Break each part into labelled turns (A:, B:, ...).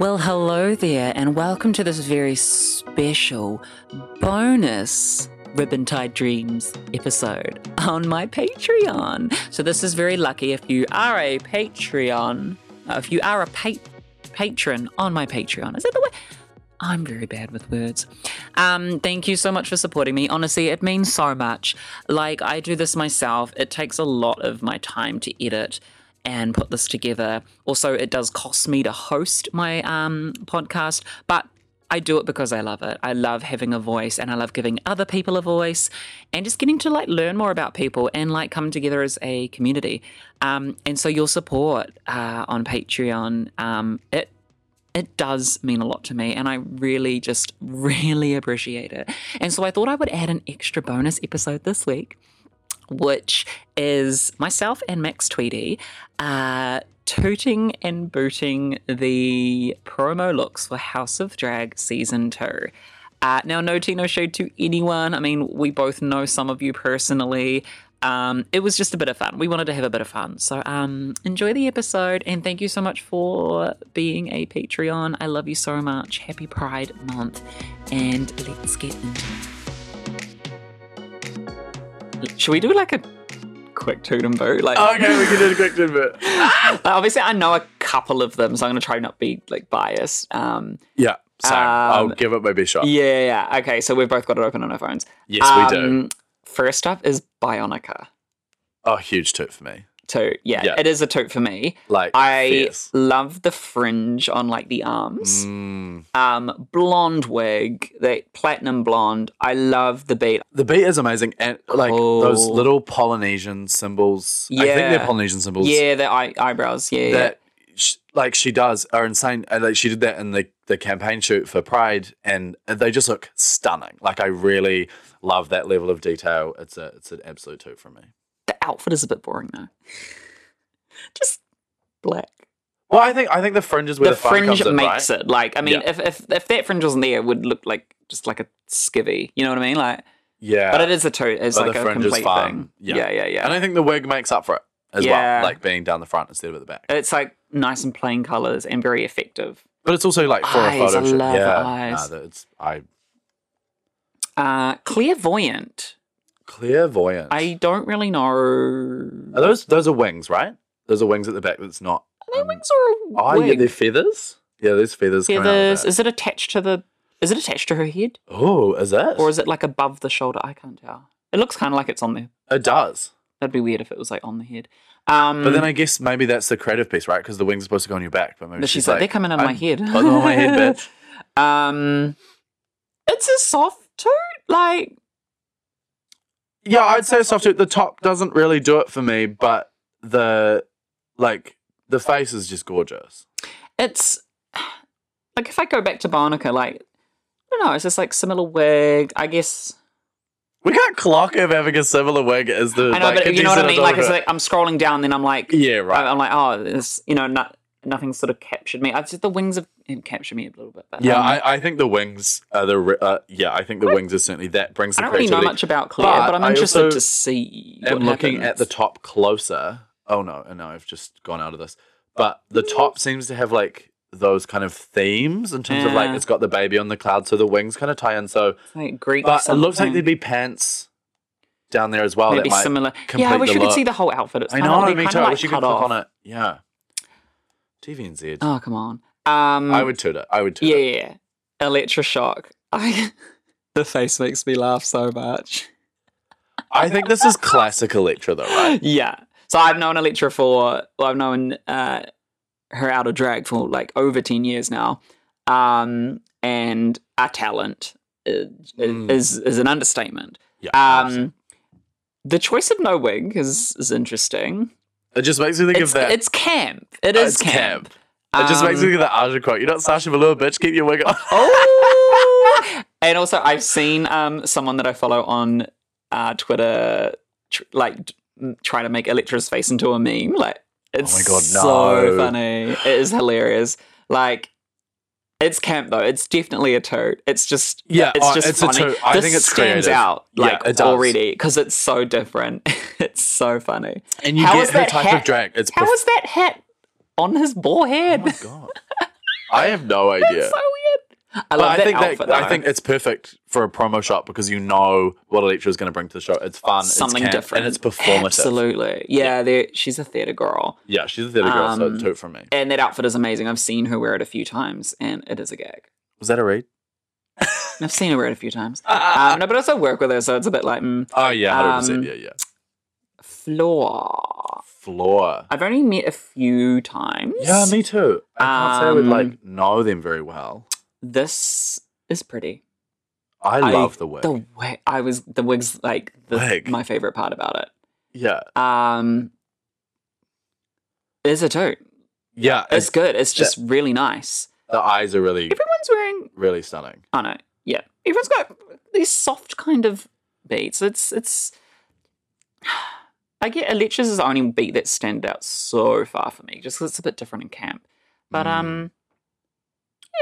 A: Well, hello there, and welcome to this very special bonus Ribbon Tied Dreams episode on my Patreon. So, this is very lucky if you are a Patreon, uh, if you are a pa- patron on my Patreon. Is that the way? I'm very bad with words. Um, thank you so much for supporting me. Honestly, it means so much. Like, I do this myself, it takes a lot of my time to edit and put this together. Also, it does cost me to host my um, podcast, but I do it because I love it. I love having a voice and I love giving other people a voice and just getting to like learn more about people and like come together as a community. Um, and so, your support uh, on Patreon, um, it it does mean a lot to me and I really just really appreciate it. And so I thought I would add an extra bonus episode this week, which is myself and Max Tweedy uh, tooting and booting the promo looks for House of Drag Season 2. Uh, now, no Tino shade to anyone. I mean, we both know some of you personally. Um, it was just a bit of fun. We wanted to have a bit of fun. So um, enjoy the episode and thank you so much for being a Patreon. I love you so much. Happy Pride Month. And let's get into it. Should we do like a quick toot and boo? Like,
B: Okay, we can do a quick tidbit.
A: Uh, obviously, I know a couple of them, so I'm going to try not be like biased. Um,
B: Yeah, so I'll
A: Um,
B: give it my best shot.
A: yeah, yeah. Okay, so we've both got it open on our phones.
B: Oh. yes, we do.
A: Um, First up is Bionica.
B: Oh, huge toot for me.
A: Toot. Yeah,
B: Yeah.
A: it is a toot for me.
B: Like,
A: I
B: fierce.
A: love the fringe on like the arms.
B: Mm.
A: Um, blonde wig, the platinum blonde. I love the beat.
B: The beat is amazing, and like those
A: Cool.
B: little Polynesian symbols. I think
A: Oh. Yeah.
B: they're Polynesian symbols.
A: Yeah, the eye- eyebrows. Yeah, yeah.
B: That sh like she does are insane. And, like she did that in the the campaign shoot for Pride, and they just look stunning. Like I really love that level of detail. It's a it's an absolute toot for me.
A: The outfit is a bit boring though. Just black.
B: Well, I think I think the fringe is where
A: The
B: the, fun
A: fringe
B: comes in, right?
A: makes it. Like, I mean,
B: Yeah.
A: if, if if that fringe wasn't there, it would look like just like a skivvy. You know what I mean? Like,
B: Yeah,
A: but it is a toot. It's
B: But the
A: like a
B: fringe is
A: complete
B: fun.
A: thing.
B: Yeah.
A: yeah, yeah. yeah.
B: And I think the wig makes up for it as
A: Yeah.
B: well, like being down the front instead of at the back.
A: It's like nice and plain colors and very effective.
B: But it's also like for
A: Eyes,
B: a photo
A: I
B: shoot.
A: love
B: yeah,
A: eyes.
B: Nah, it's I
A: Uh, clairvoyant.
B: clairvoyant.
A: I don't really know.
B: are those those are wings, right? Those are wings at the back. That's not.
A: Are they
B: um,
A: wings or a
B: Oh, yeah,
A: wig?
B: they're feathers. Yeah, there's feathers.
A: Yeah,
B: coming out
A: there's-
B: of that.
A: is it attached to the? Is it attached to her head,
B: Oh, is that?
A: or is it like above the shoulder? I can't tell. It looks kind of like it's on there.
B: it does.
A: That'd be weird if it was like on the head. Um,
B: But then I guess maybe that's the creative piece, right? Because the wings are supposed to go on your back, but maybe
A: but she's like, they're coming out of my
B: I'm-
A: head.
B: Put them on my head, bitch.
A: um, it's a soft toot. Like
B: Yeah, I'd say soft too. The top doesn't really do it for me, but the like the face is just gorgeous.
A: it's like if I go back to Barnica, like I don't know. It's just like similar wig, I guess.
B: We can't clock of having a similar wig as the.
A: I know,
B: like,
A: but you know what I mean. Like, it's
B: contestant
A: like I'm scrolling down, then I'm like,
B: on- yeah, right.
A: I- I'm like, oh, this, you know, not, nothing sort of captured me. I just the wings have it captured me a little bit. But,
B: Yeah,
A: um,
B: I, I think the wings are the. re- Uh, yeah, I think the wings are certainly that brings
A: I
B: the
A: don't really know
B: creativity.
A: much about Claire,
B: But
A: but, I'm
B: I
A: interested
B: also
A: to see.
B: and
A: what
B: looking
A: happens.
B: at the top closer. Oh no, oh, no, I've just gone out of this. But the
A: Mm.
B: top seems to have like those kind of themes in terms of
A: Yeah.
B: like it's got the baby on the cloud, so the wings kind of tie in. So,
A: like Greek,
B: but it looks like
A: something,
B: there'd be pants down there as well.
A: maybe
B: that might,
A: similar. Yeah, I
B: complete
A: wish
B: the
A: you could see
B: look.
A: the whole outfit. It's
B: I
A: kinda-
B: know,
A: they're
B: me
A: kinda,
B: too. I
A: like,
B: wish you could
A: cut
B: click on
A: off.
B: it. Yeah. TVNZ.
A: Oh come on. Um,
B: I would toot it. I would toot
A: Yeah,
B: it.
A: yeah. Electroshock. I. The face makes me laugh so much.
B: I think this is classic Electra though, right?
A: yeah. So I've known Electra for well, I've known uh, her out of drag for like over ten years now, um, and our talent is,
B: Mm.
A: is is an understatement.
B: Yeah.
A: Um, the choice of no wig is is interesting.
B: Um, It just makes me think
A: It's,
B: of that. Uh,
A: it's camp. It is
B: It's
A: camp.
B: it just
A: Um,
B: makes me think of that Aja quote. You're not Sasha Velour, bitch. Keep your wig on.
A: Oh! and also, I've seen um, someone that I follow on uh, Twitter tr- like t- m- try to make Electra's face into a meme. Like, it's
B: Oh my God,
A: so
B: no.
A: funny. It is hilarious. Like, it's camp though. It's definitely a tote. It's just
B: yeah,
A: it's
B: oh,
A: just
B: it's
A: funny.
B: a toot. I
A: this
B: think it's
A: stands
B: creative.
A: out
B: Yeah,
A: like
B: it does.
A: already because it's so different. it's so funny.
B: And you
A: How is
B: get her
A: that
B: type
A: hat-
B: of drag. It's
A: How
B: perf-
A: is that hat on his boar
B: Oh
A: head?
B: my god. I have no idea.
A: That's so weird. I
B: But
A: love
B: I
A: that
B: think
A: outfit.
B: that, I
A: though.
B: think it's perfect for a promo shot because you know what Electra is going to bring to the show. It's fun,
A: something
B: it's camp,
A: different
B: and it's performative.
A: Absolutely, yeah. there She's a theater girl,
B: Yeah, she's a theatre girl, so
A: Um,
B: toot from me.
A: and that outfit is amazing. I've seen her wear it a few times, and it is a gag.
B: Was that a read?
A: And I've seen her wear it a few times. Um, no, but I also work with her, so it's a bit like mm,
B: oh yeah, hundred
A: um,
B: percent. Yeah, yeah.
A: floor.
B: Floor.
A: I've only met a few times.
B: Yeah, me too. I can't say I would
A: Um,
B: like know them very well.
A: this is pretty.
B: I
A: I-
B: love the wig.
A: The wig, I was the wigs like the,
B: Wig.
A: my favorite part about it.
B: yeah,
A: Um, there's a tote.
B: yeah.
A: It's,
B: It's,
A: good. It's just really nice.
B: the eyes are really,
A: Everyone's wearing.
B: really stunning.
A: Oh no, yeah. Everyone's got these soft kind of beats. It's it's. I get Electra's is the only beat that stand out so far for me, just 'cause it's a bit different in camp. But
B: Mm.
A: um,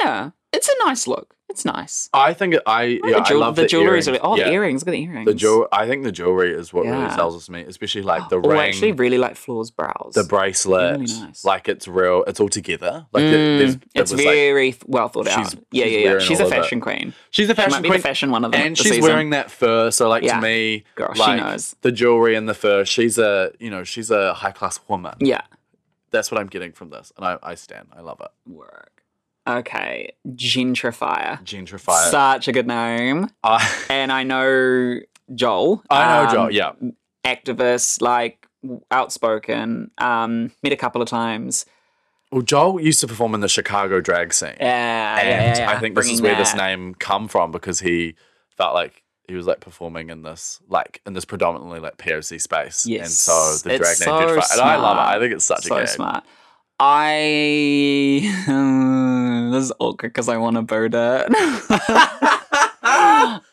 A: yeah, it's a nice look. It's nice.
B: I think it- I,
A: the,
B: yeah, I
A: jewel-
B: love
A: the,
B: the,
A: jewelry is really.
B: earrings.
A: Oh,
B: Yeah.
A: the earrings! Look at the earrings.
B: The jewel. I think the jewelry is what really
A: Yeah.
B: sells us to me, especially like the
A: Oh,
B: ring,
A: I actually really like Floor's brows.
B: the bracelet.
A: Really nice.
B: Like it's real. It's all together. Like
A: Mm,
B: the- there's, it
A: it's
B: was, like-
A: very th- well thought out.
B: she's-
A: yeah,
B: she's
A: yeah, yeah.
B: wearing
A: She's a
B: all of it.
A: fashion queen.
B: she's a
A: She
B: fashion
A: might be
B: queen,
A: the fashion one of them.
B: and
A: this
B: she's
A: season.
B: wearing that fur. So like
A: Yeah.
B: to me,
A: Girl, Oh, she
B: like,
A: knows.
B: the jewelry and the fur. She's a you know she's a high class woman.
A: Yeah.
B: That's what I'm getting from this, and I, I stand. I love it.
A: Work. Okay. Gentrifier.
B: Gentrifier.
A: Such a good name.
B: I,
A: And I know Joel.
B: I know,
A: um,
B: Joel. Yeah,
A: Activist, like w- outspoken. Um, met a couple of times.
B: Well, Joel used to perform in the Chicago drag scene,
A: Yeah. yeah,
B: and
A: yeah, yeah.
B: I think this is
A: Bringing
B: where this
A: that.
B: name come from because he felt like he was like performing in this like in this predominantly like POC space, and so
A: Yes,
B: the drag
A: it's
B: name did
A: so
B: fly. And I love it.
A: smart.
B: I think it's such
A: so
B: a gag.
A: smart. I this is awkward because I want to boot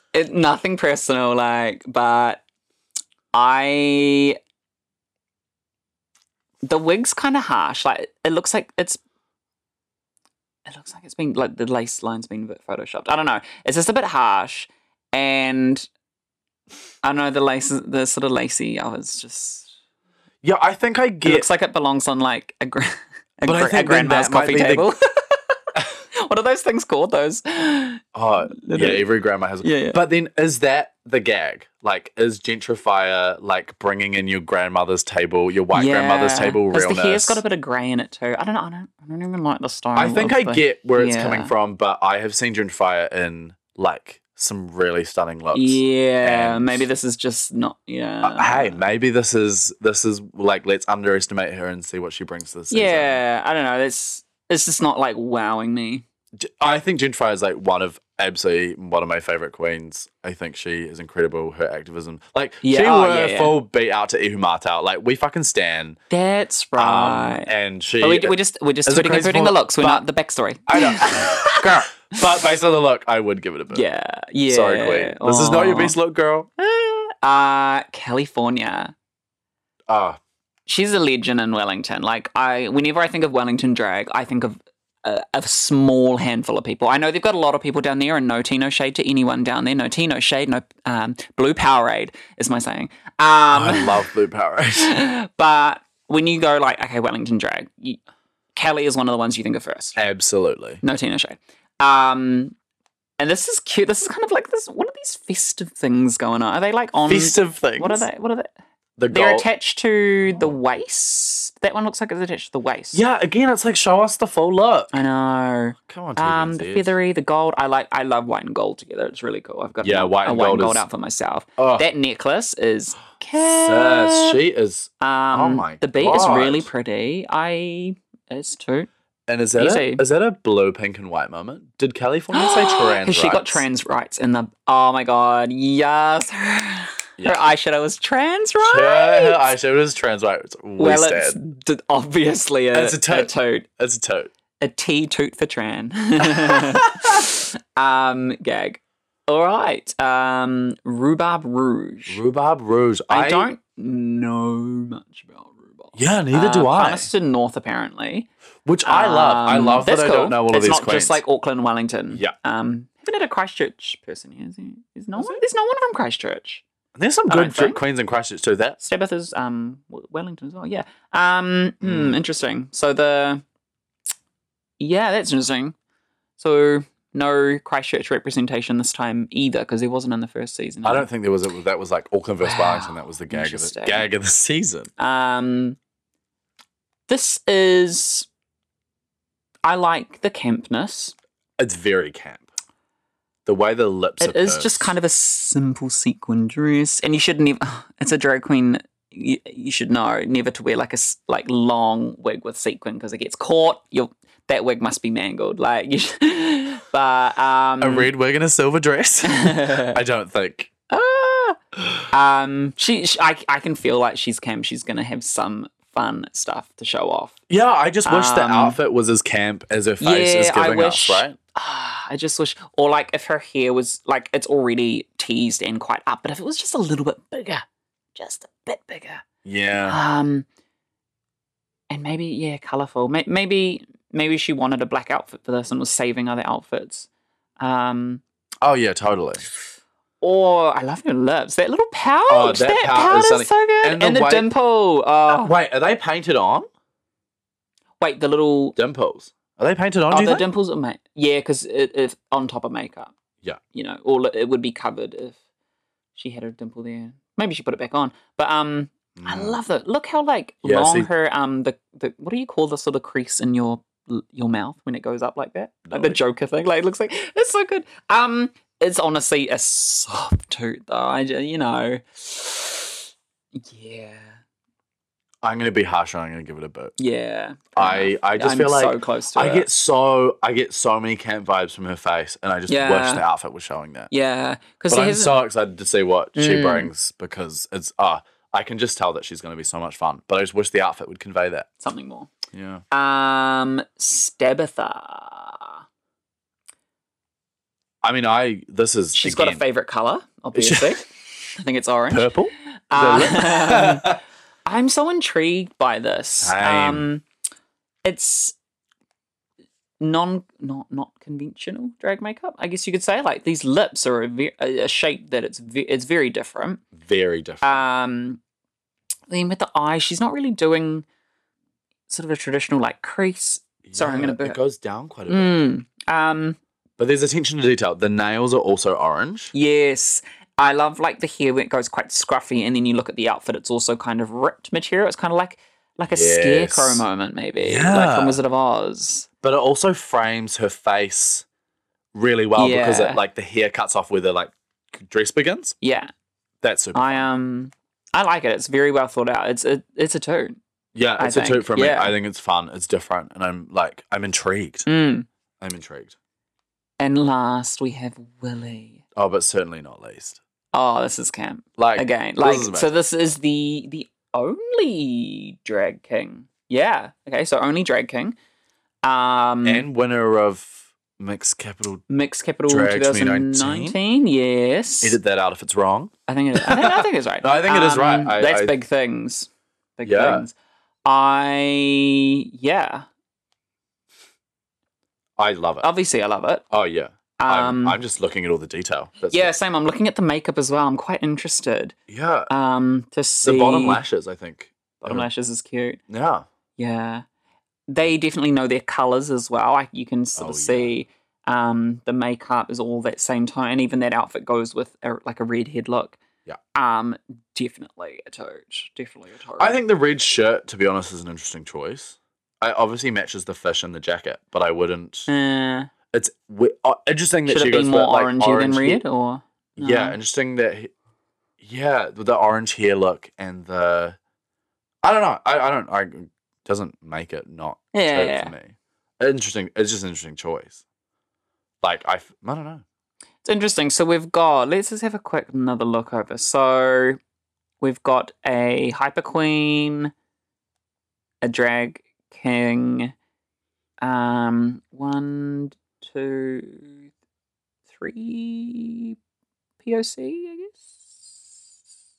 A: it. it. Nothing personal, like, but I the wig's kind of harsh. Like, it looks like it's it looks like it's been like the lace line's been a bit photoshopped. I don't know. It's just a bit harsh, and I don't know the lace, the sort of lacy. I was just
B: Yeah, I think I
A: it
B: get.
A: looks like it belongs on like a, gra- a,
B: But
A: gra- a
B: I think then
A: grandma's
B: that might
A: coffee
B: be the-
A: table. what are those things called? Those. Yeah,
B: oh, yeah,
A: Little-
B: every grandma has.
A: yeah.
B: But then, is that the gag? Like, is gentrifier like bringing in your grandmother's table, your white grandmother's table
A: Because
B: realness?
A: the hair's got a bit of grey in it too. I don't know. I don't. I don't even like the style.
B: I think
A: of
B: I
A: the-
B: get where it's coming
A: yeah.
B: from, but I have seen gentrifier in like some really stunning looks.
A: Yeah,
B: and-
A: maybe this is just not. Yeah.
B: Uh, hey, maybe this is this is like let's underestimate her and see what she brings to the season.
A: Yeah, I don't know. It's it's just not like wowing me.
B: G- I think gentrifier is like one of absolutely one of my favorite queens. I think she is incredible. Her activism, like she
A: Yeah, oh,
B: were
A: yeah, yeah.
B: full beat out to Ihumatao. Like we fucking stand.
A: That's
B: Um,
A: right.
B: and she.
A: but we, we're just we're just
B: It's a
A: putting,
B: crazy
A: putting the
B: form-
A: looks. We're
B: but-
A: not the backstory.
B: I know. girl. But based on the look, I would give it a bit.
A: yeah. Yeah.
B: Sorry, queen. This is not your
A: Aw.
B: best look, girl.
A: Uh California.
B: Ah,
A: she's a legend in Wellington. Like I, whenever I think of Wellington drag, I think of a, a small handful of people. I know they've got a lot of people down there, and no Tino shade to anyone down there. No Tino shade. No um, blue Powerade is my saying. Um,
B: I love blue Powerade.
A: but when you go like, okay, Wellington drag, you, Kelly is one of the ones you think of first.
B: Absolutely.
A: No Tino shade. Um, and this is cute. This is kind of like this. What are these festive things going on? Are they like on?
B: Festive things.
A: Um, What are they? What are they?
B: The
A: They're
B: gold.
A: attached to the waist. That one looks like it's attached to the waist.
B: yeah, again, it's like show us the full look.
A: I know.
B: Come on,
A: Uh, Um, the
B: TVNZ.
A: feathery, the gold. I like. I love white and gold together. It's really cool. I've got
B: Yeah,
A: a,
B: white
A: a
B: and
A: white
B: gold
A: and gold
B: is-
A: out for myself.
B: Oh.
A: That necklace is.
B: Sis,
A: Cat.
B: she is.
A: Um,
B: my
A: The beat is really
B: God.
A: pretty. I. It's too.
B: And is that a,
A: Easy.
B: is that a blue, pink, and white moment? Did California say trans?
A: Has she got
B: rights?
A: trans rights in the? Oh my god! Yes. Her,
B: Yeah.
A: eyeshadow was trans rights.
B: Yeah, her eyeshadow is trans rights. We
A: well, it's
B: stand.
A: d- obviously a,
B: It's a toot.
A: toot.
B: It's, a tote.
A: a T toot for Tran. um, gag. All right. Um, rhubarb rouge.
B: Rhubarb Rouge.
A: I, don't know much about rhubarb.
B: Yeah, neither do I.
A: Farmers to North, apparently.
B: Which I love. I
A: Um,
B: love that
A: that's
B: I
A: cool.
B: don't know all
A: it's
B: of these
A: not
B: queens.
A: just like Auckland, Wellington.
B: Yeah.
A: Um, haven't had a Christchurch person here. Is he? Is no one? There's no one from Christchurch.
B: There's some
A: I
B: good
A: don't think.
B: queens in Christchurch too. That
A: Stabbeth is
B: Hmm.
A: um W- Wellington as well. Yeah. Um, hmm, interesting. So the Yeah, that's interesting. So no Christchurch representation this time either, because there wasn't in the first season.
B: I don't think there was a, that was like Auckland versus
A: Wow.
B: Wellington. That was the gag of the
A: Interesting.
B: gag of the season.
A: Um, this is. I like the campness.
B: It's very camp. The way the lips.
A: It is just kind of a simple sequin dress, and you should never. It's a drag queen. You, you should know never to wear like a s- like long wig with sequin because it gets caught. You will that wig must be mangled. Like, you should, but um,
B: a red wig and a silver dress. I don't think.
A: Ah! um, she, she I, I can feel like she's Cam. She's gonna have some fun stuff to show off.
B: Yeah, I just wish the
A: Um,
B: outfit was as camp as her face
A: yeah,
B: is
A: I
B: giving
A: wish-
B: us, right?
A: Ah, I just wish, or like if her hair was like it's already teased and quite up, but if it was just a little bit bigger, just a bit bigger.
B: Yeah.
A: Um, and maybe yeah, colorful. May- Maybe maybe she wanted a black outfit for this and was saving other outfits. Um,
B: Oh yeah, totally.
A: or I love her lips. That little pouch.
B: Oh,
A: that
B: that
A: pouch,
B: pout is
A: is,
B: something-
A: so good.
B: and
A: And
B: the
A: the,
B: white- Ah.
A: dimple. Oh,
B: Wait, are they painted on?
A: wait, the little.
B: Dimples. Are they painted on?
A: Oh,
B: do you
A: the
B: think?
A: dimples are made. Yeah, because it, it's on top of makeup.
B: Yeah.
A: You know, or it would be covered if she had a dimple there. Maybe she put it back on. But um, I
B: Mm.
A: love that. Look how like
B: Yeah,
A: long
B: see-
A: her um the, the what do you call this little crease in your your mouth when it goes up like that? Like the
B: No.
A: Joker thing. Like it looks like it's so good. Um, it's honestly a soft toot though. I ju- you know, yeah,
B: I'm gonna be harsh and I'm gonna give it a boot.
A: yeah.
B: I I just
A: am
B: feel like
A: so close to
B: I
A: it.
B: get so I get so many camp vibes from her face, and I just wish
A: Yeah.
B: the outfit was showing that.
A: yeah, because
B: But I'm
A: here's
B: so excited to see what she
A: Mm.
B: brings because it's ah, I can just tell that she's going to be so much fun. But I just wish the outfit would convey that.
A: something more.
B: Yeah,
A: Um, Stabitha.
B: I mean, I this is
A: She's got a
B: again,
A: favorite color, obviously. I think it's orange.
B: purple.
A: Um, I'm so intrigued by this.
B: Same.
A: Um, it's non not not conventional drag makeup, I guess you could say. Like these lips are a, ve- a a shape that it's ve- it's very different.
B: Very different.
A: Um, then with the eye, she's not really doing sort of a traditional like crease. sorry, I'm gonna burp.
B: It goes down quite a bit,
A: Mm. Um,
B: but there's attention to detail. The nails are also orange.
A: yes. I love like the hair when it goes quite scruffy, and then you look at the outfit; it's also kind of ripped material. It's kind of like like a
B: Yes.
A: scarecrow moment, maybe, like
B: Yeah.
A: from Wizard of Oz.
B: but it also frames her face really well because
A: Yeah.
B: it like the hair cuts off where the like dress begins.
A: Yeah,
B: That's super.
A: I um, I like it. It's very well thought out. It's a it's a toon.
B: yeah,
A: I
B: it's a
A: think,
B: toot for me.
A: yeah.
B: I think it's fun. It's different, and I'm like, I'm intrigued.
A: Mm.
B: I'm intrigued.
A: And last we have Willie.
B: Oh, but certainly not least.
A: Oh, this is camp
B: Like
A: again.
B: this
A: Like
B: is
A: so,
B: amazing.
A: this is the the only drag king. Yeah. Okay. So only drag king. Um.
B: and winner of mixed capital.
A: Mixed Capital
B: Drag
A: 2019. Yes.
B: Edit that out if it's wrong.
A: I think it is. I think, I think it's right. Um,
B: No, I think it is right. I-
A: that's
B: I-
A: big things. Big
B: Yeah.
A: things. I yeah.
B: I love it.
A: Obviously, I love it.
B: oh yeah,
A: Um,
B: I'm, I'm just looking at all the detail. That's
A: yeah, same. I'm looking at the makeup as well. I'm quite interested.
B: it. yeah.
A: Um, to see
B: The bottom lashes, I think.
A: Bottom lashes is cute.
B: Yeah,
A: Yeah, they definitely know their colors as well. I, you can sort
B: Oh,
A: of
B: yeah.
A: see. Um, the makeup is all that same tone, and even that outfit goes with a, like a redhead look.
B: Yeah.
A: Um, definitely a tote. Definitely a tote.
B: I think the red shirt, to be honest, is an interesting choice. I obviously matches the fish in the jacket, but I wouldn't.
A: Uh,
B: It's wi- uh, interesting that
A: should
B: she
A: it be
B: goes
A: more
B: for, like,
A: orangey
B: orange
A: than
B: hair-
A: red, or
B: Yeah,
A: No.
B: interesting that. He, yeah, with the orange hair look and the. I don't know. I, I don't. I doesn't make it not
A: Yeah,
B: tote
A: yeah.
B: for me. Interesting. It's just an interesting choice. Like I, f- I don't know.
A: It's interesting. So we've got. Let's just have a quick another look over. So we've got a hyper queen, a drag king, um, one, two, three POC, I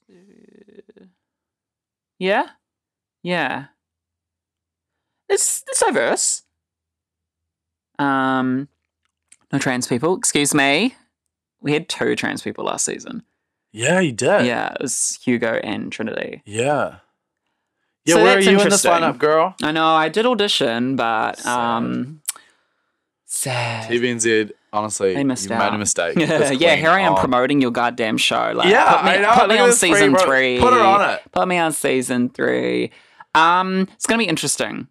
A: guess. Uh, Yeah, yeah. It's it's diverse. Um, no trans people. Excuse me. We had two trans people last season.
B: Yeah, you did.
A: Yeah, it was Hugo and Trinity.
B: Yeah. Yeah.
A: So
B: where are
A: that's
B: you in this
A: interesting.
B: lineup, girl?
A: I know I did audition, but
B: Sad.
A: um, Sad.
B: TVNZ, honestly,
A: They missed
B: you
A: out.
B: made a mistake.
A: yeah,
B: This
A: yeah, here I am
B: queen on-
A: promoting your goddamn show. Like,
B: Yeah,
A: put me,
B: I know,
A: put me
B: look at
A: on
B: this free
A: season
B: bro-
A: three.
B: put her on it.
A: Put me on season three. Um, it's gonna be interesting.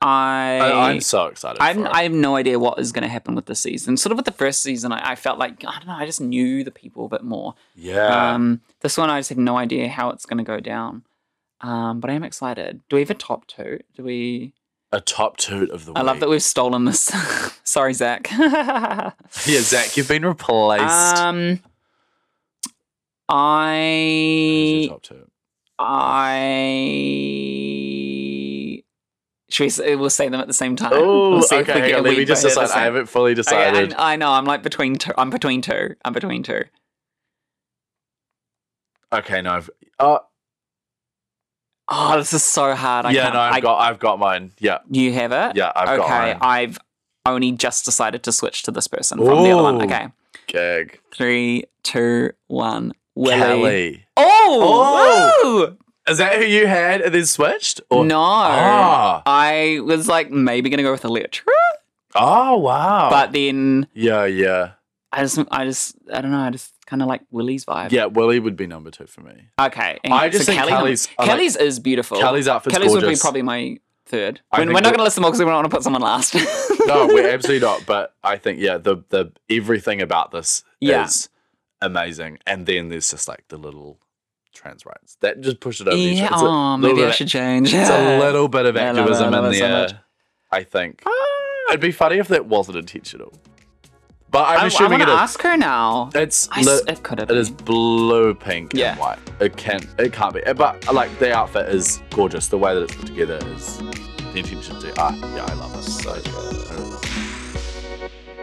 A: I,
B: I, am so excited.
A: I'm,
B: for it.
A: I have no idea what is going to happen with this season. Sort of with the first season, I, I felt like I don't know. I just knew the people a bit more.
B: yeah.
A: Um, this one, I just have no idea how it's going to go down. Um, but I am excited. Do we have a top two? Do we?
B: a top toot of the week.
A: I love that we've stolen this. Sorry, Zach.
B: Yeah, Zach, you've been replaced.
A: Um,
B: Who's
A: I
B: your top toot?
A: I should we say, we'll say them at the same time?
B: Oh,
A: We'll see if
B: okay.
A: we
B: hang
A: get-
B: on,
A: we
B: let me just
A: both hit the
B: decide. I
A: same-
B: haven't fully
A: Okay,
B: decided.
A: I, I know. I'm like between two. I'm between two. I'm between two.
B: okay, no. I've, oh,
A: Oh, this is so hard. I
B: yeah,
A: can't-
B: no. I've
A: I-
B: got. I've got mine. Yeah,
A: You have it.
B: yeah. I've got
A: okay.
B: mine.
A: I've only just decided to switch to this person from the other one.
B: Ooh.
A: Okay.
B: Gag.
A: Three, two, one. Willie.
B: Kelly.
A: Oh. woo!
B: Is that who you had and then switched? Or-
A: no.
B: Oh. Ah.
A: I was like maybe gonna go with Electra,
B: Oh wow.
A: but then
B: yeah, yeah,
A: I just, I just, I don't know. I just kind of like Willie's vibe.
B: yeah. Willie would be number two for me.
A: Okay. and-
B: I just think
A: Kelly-
B: Kelly's- I like-
A: Kelly's is beautiful.
B: Kelly's outfit's
A: Oh. Kelly's would be
B: gorgeous.
A: probably my third.
B: I
A: We're,
B: think
A: we're not
B: the-
A: going to listen more because we don't want to put someone last.
B: No, we're absolutely not. But I think yeah, the the everything about this
A: Yeah.
B: is amazing. And then there's just like the little trans rights that just push it over. the edge.
A: yeah.
B: It's a
A: Oh,
B: little
A: maybe
B: bit
A: I
B: of-
A: should change.
B: It's a little bit of
A: I love it, I
B: activism
A: love
B: in
A: it so
B: there.
A: much.
B: I think it'd be funny if that wasn't intentional. But I'm
A: I, I
B: assuming
A: want
B: it
A: to
B: is.
A: ask her now.
B: It's
A: I s-
B: lit-
A: it could have
B: It is
A: been.
B: blue, pink,
A: Yeah.
B: and white. It can't. It can't be. But like the outfit is gorgeous. The way that it's put together is the intention to. Ah, yeah, I love it. So I really love it.